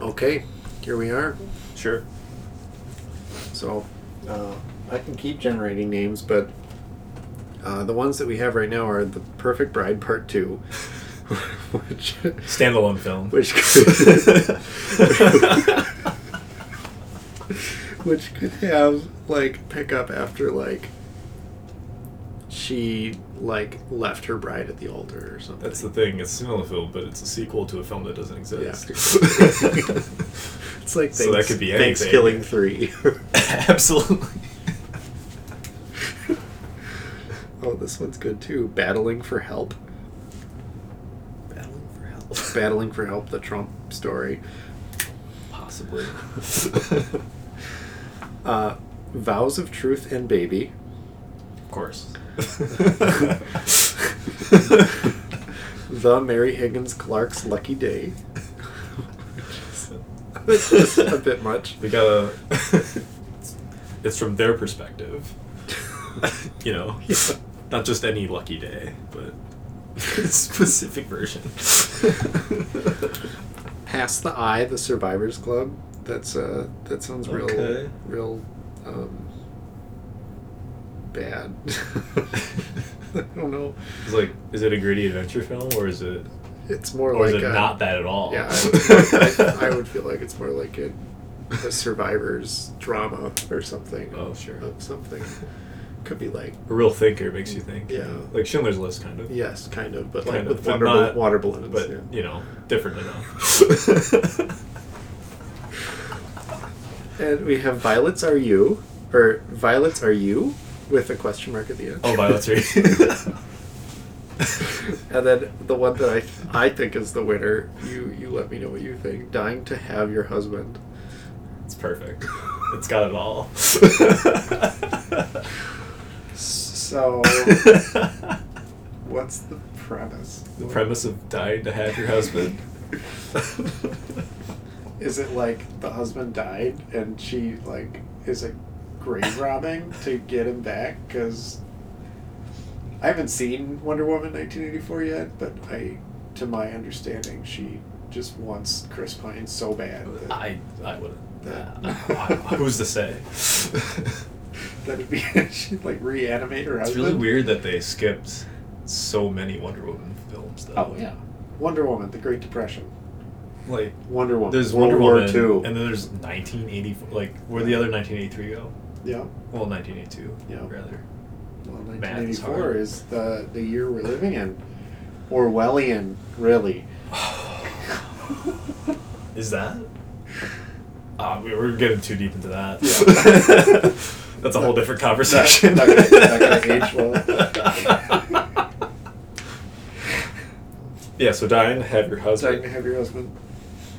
Okay, here we are. Sure. So uh, I can keep generating names, but uh, the ones that we have right now are the Perfect Bride Part Two, which Standalone film. which could, which could have like pick up after like she like left her bride at the altar or something. That's the thing. It's a standalone film, but it's a sequel to a film that doesn't exist. Yeah. it's like So that Thanks- could be anything. Thanksgiving Three. Absolutely. Oh, this one's good too. Battling for help. Battling for help. Battling for help, the Trump story. Possibly. Uh, Vows of Truth and Baby. of course. the Mary Higgins Clark's Lucky Day. That's just a bit much. We gotta. it's from their perspective, you know. Yeah. Not just any lucky day, but a specific version. Pass the Eye, the Survivors Club. That's uh, that sounds real, Okay. real, um, bad. I don't know. it's like, is it a gritty adventure film, or is it, It's more or like is it a, not that at all? Yeah, I, I would feel like it's more like a, a survivor's drama or something. Oh, sure. Of something. Could be like, A real thinker makes you think. Yeah. Like Schindler's List, kind of. yes, kind of, but like Kind with of, but water, not- water balloons. But yeah. you know, different enough. And we have Violets Are You, or Violets Are You, with a question mark at the end. oh, Violet's Ray. And then the one that I I think is the winner, you you let me know what you think. Dying to have your husband. it's perfect. It's got it all. So what's the premise? the premise of dying to have your husband. Is it like the husband died and she like is it grave robbing to get him back? Because I haven't seen Wonder Woman nineteen eighty four yet, but I, to my understanding, she just wants Chris Pine so bad that I I wouldn't. I- I- who's to say? that would be she would like reanimate her It's husband. really weird that they skipped so many Wonder Woman films, though. Oh yeah, Wonder Woman, The Great Depression, Like Wonder Woman, there's World Wonder War Woman, Two, and then there's 1984. Like where the other 1983 go? yeah. Well, 1982. Yeah. Rather. Well, Math is 1984 hard. is the, the year we're living in. Orwellian, really. Is that? Ah, we- we're getting too deep into that. Yeah. That's a whole different conversation. not gonna- not gonna age well. yeah, so Diane, have your Sorry to husband. have your husband.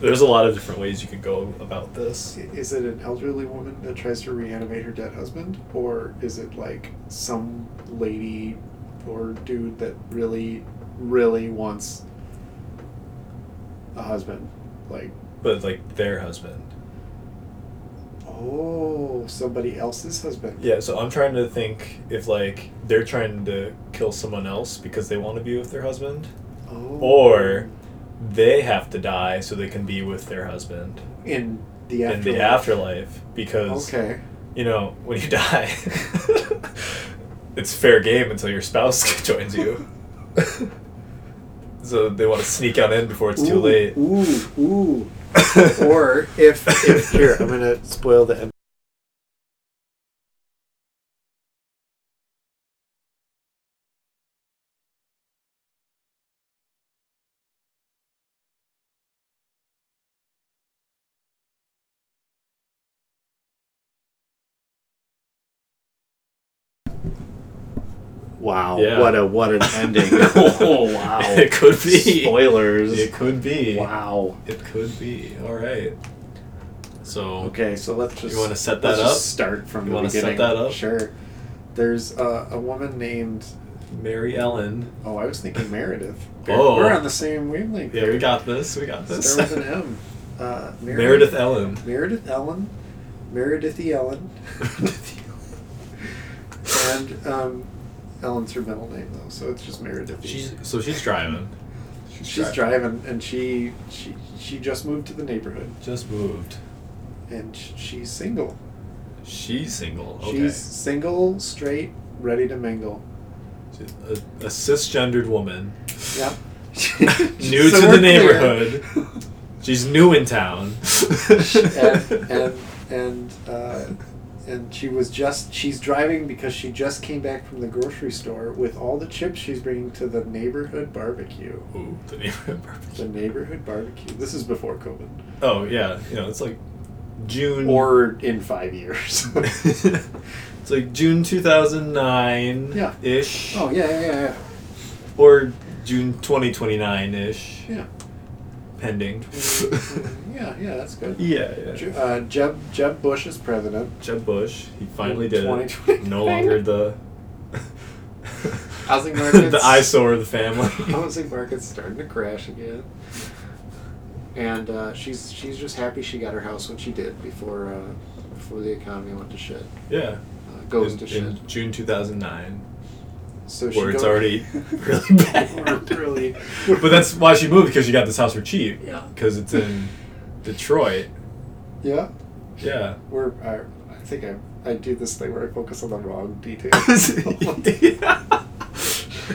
There's a lot of different ways you can go about this. Is it an elderly woman that tries to reanimate her dead husband? Or is it like some lady or dude that really, really wants a husband? Like, But, like, their husband. oh, somebody else's husband. Yeah, so I'm trying to think if, like, they're trying to kill someone else because they want to be with their husband, Oh. or they have to die so they can be with their husband in the afterlife. in the afterlife because Okay. you know, when you die, it's fair game until your spouse joins you. so they want to sneak on in before it's too Ooh, late. Ooh, ooh. or if, if here I'm gonna spoil the end. Wow! Yeah. What a what an ending! oh wow! It could be. spoilers. It could be. Wow. It could be. All right. So Okay, so let's just wanna set let's that just up? start from You the wanna set beginning. that up? Sure. There's uh, a woman named Mary Ellen. oh, I was thinking Meredith. We're- Oh. we're on the same wavelength. Yeah, we got this. We got this. Start with an M. Uh, Meredith Ellen. Meredith Ellen, Meredith Ellen, and um, Ellen's her middle name though, so it's just Meredith. she's so she's driving. she's driving, and she she she just moved to the neighborhood Just moved. and sh- she's single. She's single. Okay. She's single, straight, ready to mingle. She's a, a cisgendered woman. Yep. new So to we're the clear. neighborhood. She's new in town. and and and, uh, and she was just she's driving because she just came back from the grocery store with all the chips she's bringing to the neighborhood barbecue. Ooh, the neighborhood The barbecue. neighborhood barbecue. This is before COVID, Oh yeah, you know it's like June or in five years. it's like June two thousand nine Yeah. ish, oh yeah, yeah, yeah, or June twenty twenty nine ish, yeah, Mm-hmm. pending. yeah, yeah. That's good. yeah, yeah. Ju- Uh, Jeb Jeb Bush is president. Jeb Bush, he finally did it. 2029. No longer the Housing markets. the eyesore of the family. Housing market's starting to crash again. And uh, she's she's just happy she got her house when she did before uh, before the economy went to shit. yeah. Uh, goes in, to shit. in June two thousand nine. so she where it's go- already really bad. really. But that's why she moved because she got this house for cheap. Yeah. Because it's in Detroit. yeah. Yeah. We're I, I think I I do this thing where I focus on the wrong detail.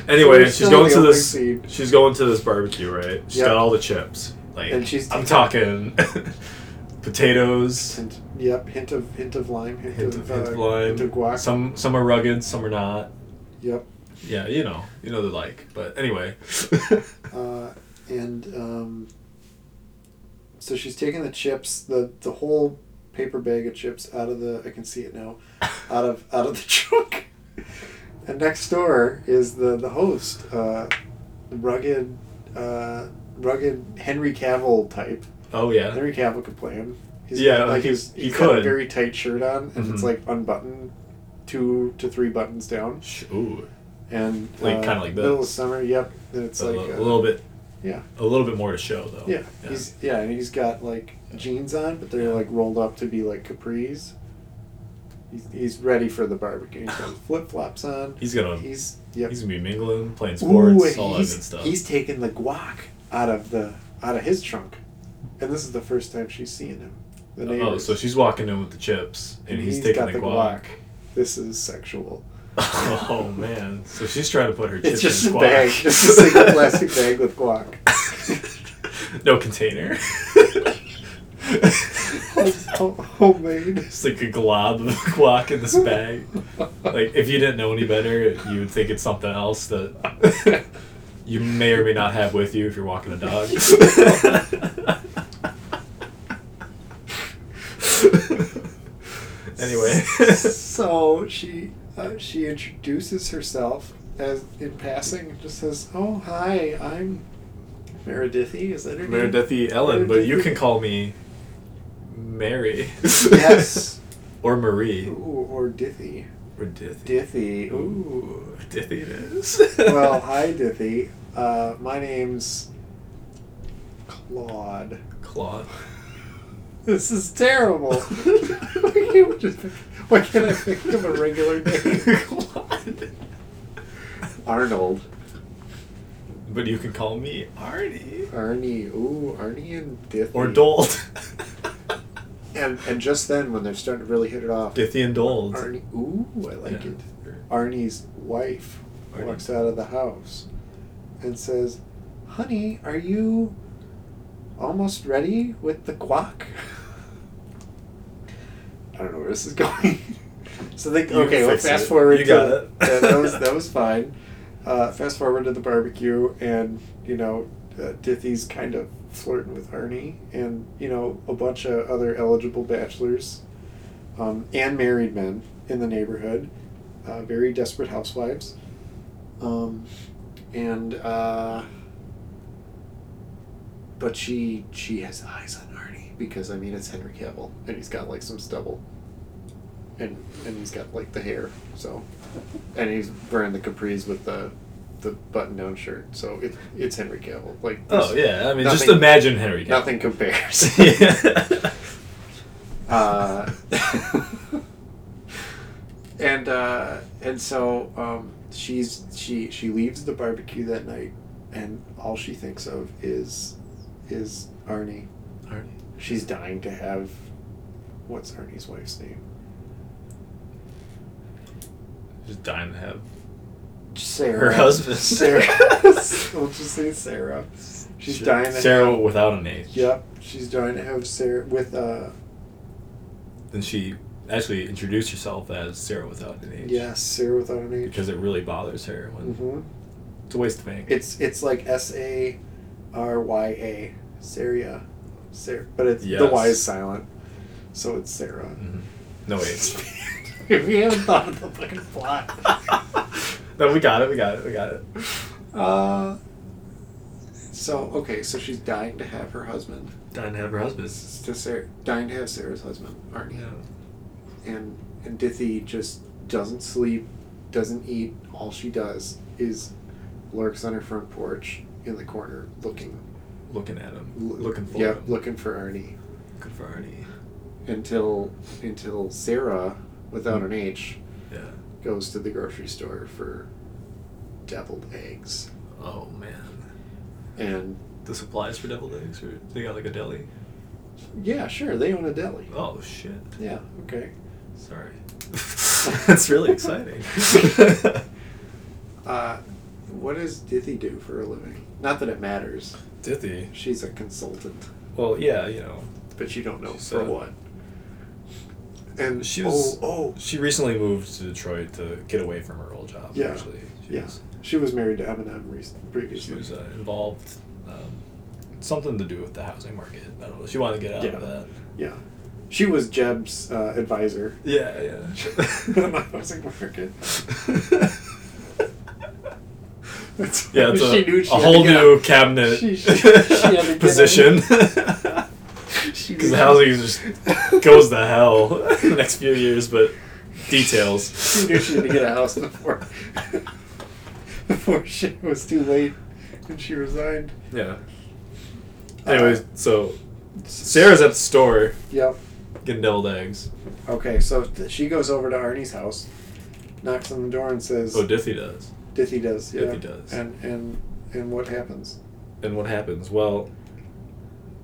Anyway, We're she's still going the to only this. seed. She's going to this barbecue, right? She's Yep. got all the chips. Like And she's- I'm talking potatoes. Hint, yep. Hint of hint of lime. Hint, Hint of, of, hint of uh, lime. Hint of guac. Some some are rugged, some are not. Yep. Yeah, you know, you know the like. But anyway, uh, and um, so she's taking the chips, the the whole paper bag of chips out of the. I can see it now, out of out of the trunk. And next door is the the host, uh, the rugged, uh, rugged Henry Cavill type. oh yeah, Henry Cavill could play him. He's Yeah, got, like he- he's, he he's got a could. very tight shirt on, and it's Mhm. like unbuttoned, two to three buttons down, Sh- ooh, and Like, uh, kinda like middle of this. summer. Yep, and it's a, like li- uh, a little bit, yeah. a little bit more to show though. Yeah, he's yeah, and he's got like jeans on, but they're like rolled up to be like capris. He's, he's ready for the barbecue. He's got flip flops on. He's gonna He's yep. Um, he's gonna be mingling, playing Ooh, sports, and all that good he's, stuff. He's taking the guac out of the out of his trunk, and this is the first time she's seeing him. The oh, neighbors. so she's walking in with the chips, and, he's, taking the guac. This is sexual. oh man, so she's trying to put her It's chips just in a guac. bag. This is like a plastic bag with guac. no container. Home- Homemade. It's like a glob of guac in this bag. Like if you didn't know any better, you would think it's something else that you may or may not have with you if you're walking a dog. anyway, so she uh, she introduces herself as in passing, just says, "Oh hi, I'm Meredithy. Is that her name?" Meredithy E. Ellen, but you can call me Mary. Yes. or Marie. Ooh, or Dithy. Or Dithy. Dithy. Ooh. Ooh, Dithy it is. well, hi Dithy. Uh, my name's Claude. Claude. This is terrible. why, can't we just, why can't I think of a regular name? Claude. Arnold. But you can call me Arnie. Arnie. Ooh, Arnie and Dithy. Or Dold. And and just then, when they're starting to really hit it off, Dithy and Dold. Arnie. Ooh, I like Yeah. it. Arnie's wife Arnie. walks out of the house and says, "Honey, are you almost ready with the guac?" I don't know where this is going. so they You okay. Well, fix fast it. forward. to- You got it. yeah, that was that was fine. Uh, fast forward to the barbecue, and you know, uh, Dithy's kind of flirting with Arnie, and you know, a bunch of other eligible bachelors, um, and married men in the neighborhood, uh, very desperate housewives, um, and uh, but she she has eyes on Arnie because I mean it's Henry Cavill, and he's got like some stubble, and and he's got like the hair, so and he's wearing the capris with the the button down shirt. So it, it's Henry Cavill. Like Oh, yeah. I mean, just Nothing- imagine Henry. Cavill. nothing compares. yeah. uh, and uh, and so um, she's she she leaves the barbecue that night, and all she thinks of is is Arnie. Arnie. She's dying to have. What's Arnie's wife's name? Just dying to have. Sarah. Her husband. Sarah. we'll just say Sarah. She's Shit. dying to Sarah have. without an H. Yep. She's dying to have Sarah with uh Then she actually introduced herself as Sarah without an H. yes Sarah without an H. Because it really bothers her when Mm-hmm. it's a waste of ink. It's it's like S A R Y A Sarah, Sarah, but it's the Yes. Y is silent, so it's Sarah. Mhm. No wait. if you haven't thought of the fucking plot. no, we got it. We got it. We got it. uh, so okay, so she's dying to have her husband. Dying to have her husband. This is to Sarah, dying to have Sarah's husband, Arnie. Yeah. and and Dithy just doesn't sleep, doesn't eat. All she does is lurks on her front porch in the corner, looking, Looking at him. l- looking for yeah, him. looking for Arnie Good for Arnie. until until Sarah, without an H, Yeah. goes to the grocery store for deviled eggs, Oh man. and The supplies for deviled eggs, or they got like a deli. yeah, sure, they own a deli. Oh shit. Yeah, okay. Sorry. That's really exciting. Uh, what does Dithy do for a living? Not that it matters. Dithy. She's a consultant. Well, yeah, you know, but you don't know She for said- what. And She was- oh, oh she recently moved to Detroit to get away from her old job. Yeah. Actually, she yeah, was she was married to Eminem rec- she previously. was uh, involved. Um, something to do with the housing market. I don't know. She wanted to get out Yeah. of that. yeah, she was Jeb's uh, advisor. Yeah, I yeah. was like, "Market." That's yeah, it's she a, knew she a had to whole get new out. cabinet She- she- she had to get out. position. She Because knew- the housing just goes to hell the next few years, but details. She knew she had to get a house before before she it was too late, and she resigned. Yeah. Anyways, Uh, so Sarah's at the store Yep. getting deviled eggs. Okay, so th- she goes over to Arnie's house, knocks on the door, and says, Oh, Dithy does. Dithy does. Yeah. Dithy does. And and and what happens? And what happens? Well,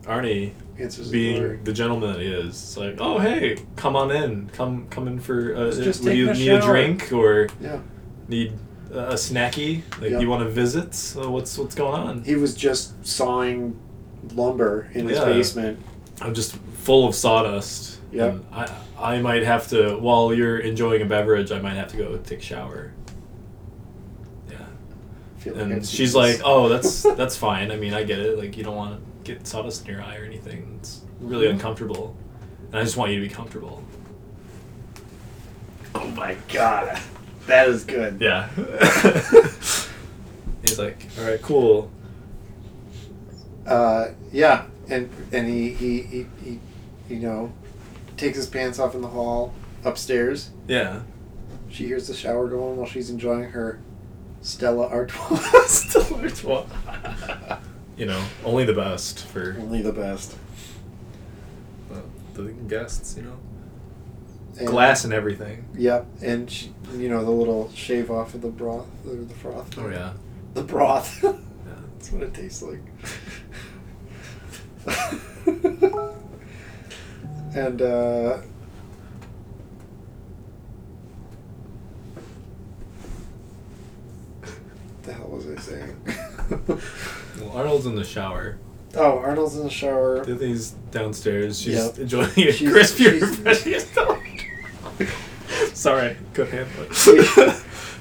Arnie, Answers the door. being the gentleman that he is, is like, oh hey, come on in, come come in for uh, Just- just do you taking a need a shower." drink or Yeah. need uh, a snacky? Like, Yeah. you want to visit? So what's what's going on? He was just sawing lumber in his Yeah. basement. I'm just full of sawdust. Yep. and I I might have to while you're enjoying a beverage, I might have to go take a shower. Yeah. I feel like I've And seen she's this. like, "Oh, that's that's fine. I mean, I get it. Like, you don't want to get sawdust in your eye or anything. It's really Mhm. uncomfortable, and I just want you to be comfortable." Oh my god. That is good. Yeah. He's like, "All right, cool." Uh, yeah. And and he, he, he, he you know takes his pants off in the hall upstairs. Yeah. She hears the shower going while she's enjoying her Stella Artois. Still it's wa- you know, only the best for Only the best. uh, the guests. You know, And- glass and everything. Yep, and she, you know the little shave off of the broth or the froth. Oh yeah. The broth. yeah. That's what it tastes like. and uh the hell was I saying? Well, Arnold's in the shower. oh, Arnold's in the shower. Disney's downstairs. She's Yep. enjoying a She's- crispy, she's- refreshing Stella. Sorry, good hand. but- She-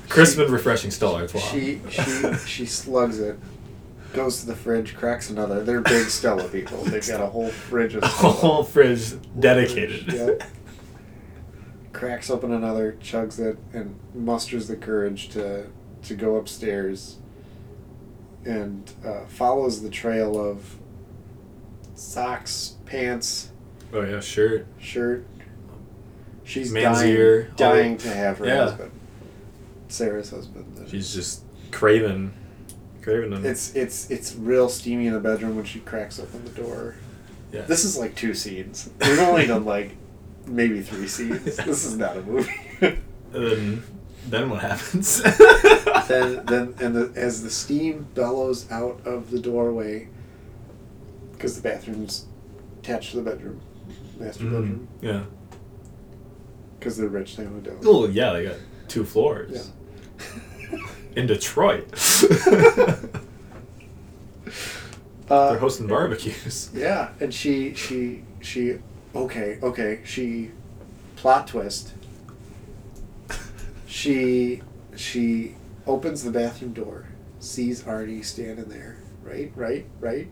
Crisp and refreshing Stella Artois. She she she slugs it. Goes to the fridge, cracks another. They're big Stella people. They've got a whole fridge of a Stella. whole fridge dedicated. Yep. cracks open another, chugs it, and musters the courage to to go upstairs and uh, follows the trail of socks, pants, Oh yeah, shirt. shirt. She's Man's dying, ear. dying to have her Yeah. husband, Sarah's husband. She's just craving, craving them. It's it's it's real steamy in the bedroom when she cracks open the door. yeah. This is like two scenes. We've only done like maybe three scenes. This is not a movie. And then, then what happens? then, then, and the, as the steam bellows out of the doorway, because the bathroom's attached to the bedroom, master bedroom. 'Cause Mm, bedroom, yeah. because they're rich. They only don't. Well, yeah, they got two floors. Yeah. In Detroit. Uh, They're hosting barbecues. Yeah, and she she she okay okay she plot twist. She she opens the bathroom door, sees Artie standing there. Right, right, right.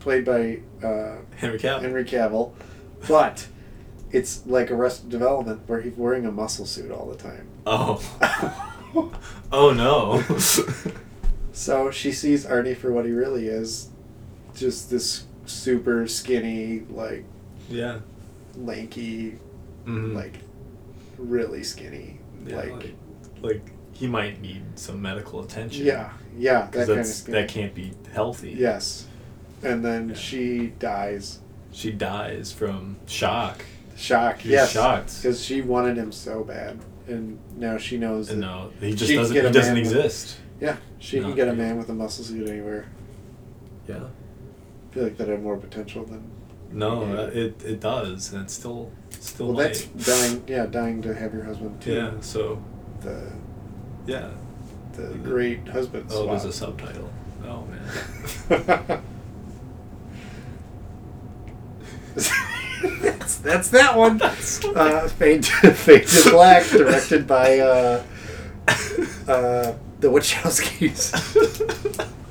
Played by uh, Henry Cavill. Henry Cavill, but it's like Arrested Development where he's wearing a muscle suit all the time. Oh. oh no. So she sees Artie for what he really is, just this super skinny like yeah. lanky, Mhm. like really skinny. Mm-hmm. yeah, like, like like he might need some medical attention. yeah, yeah, that Because kind of that's skinny. that can't be healthy. Yes, and then Yeah. she dies. She dies from shock. Shock. She's yes, shocked. because she wanted him so bad, and now she knows that And no, he just She can doesn't. get He a doesn't man with- exist. yeah, she No, can get a yeah. man with a muscle suit anywhere. Yeah. I feel like that had more potential than No, Yeah. uh, it it does, and it's still still well, that's might. dying. Yeah, dying to have your husband too. Yeah. So The yeah. the great husband. Oh, swap. there's a subtitle. Oh man. that's, that's that one. That's the Uh, Fade, to, Fade to Black, directed by uh, uh, the Wachowskis. one.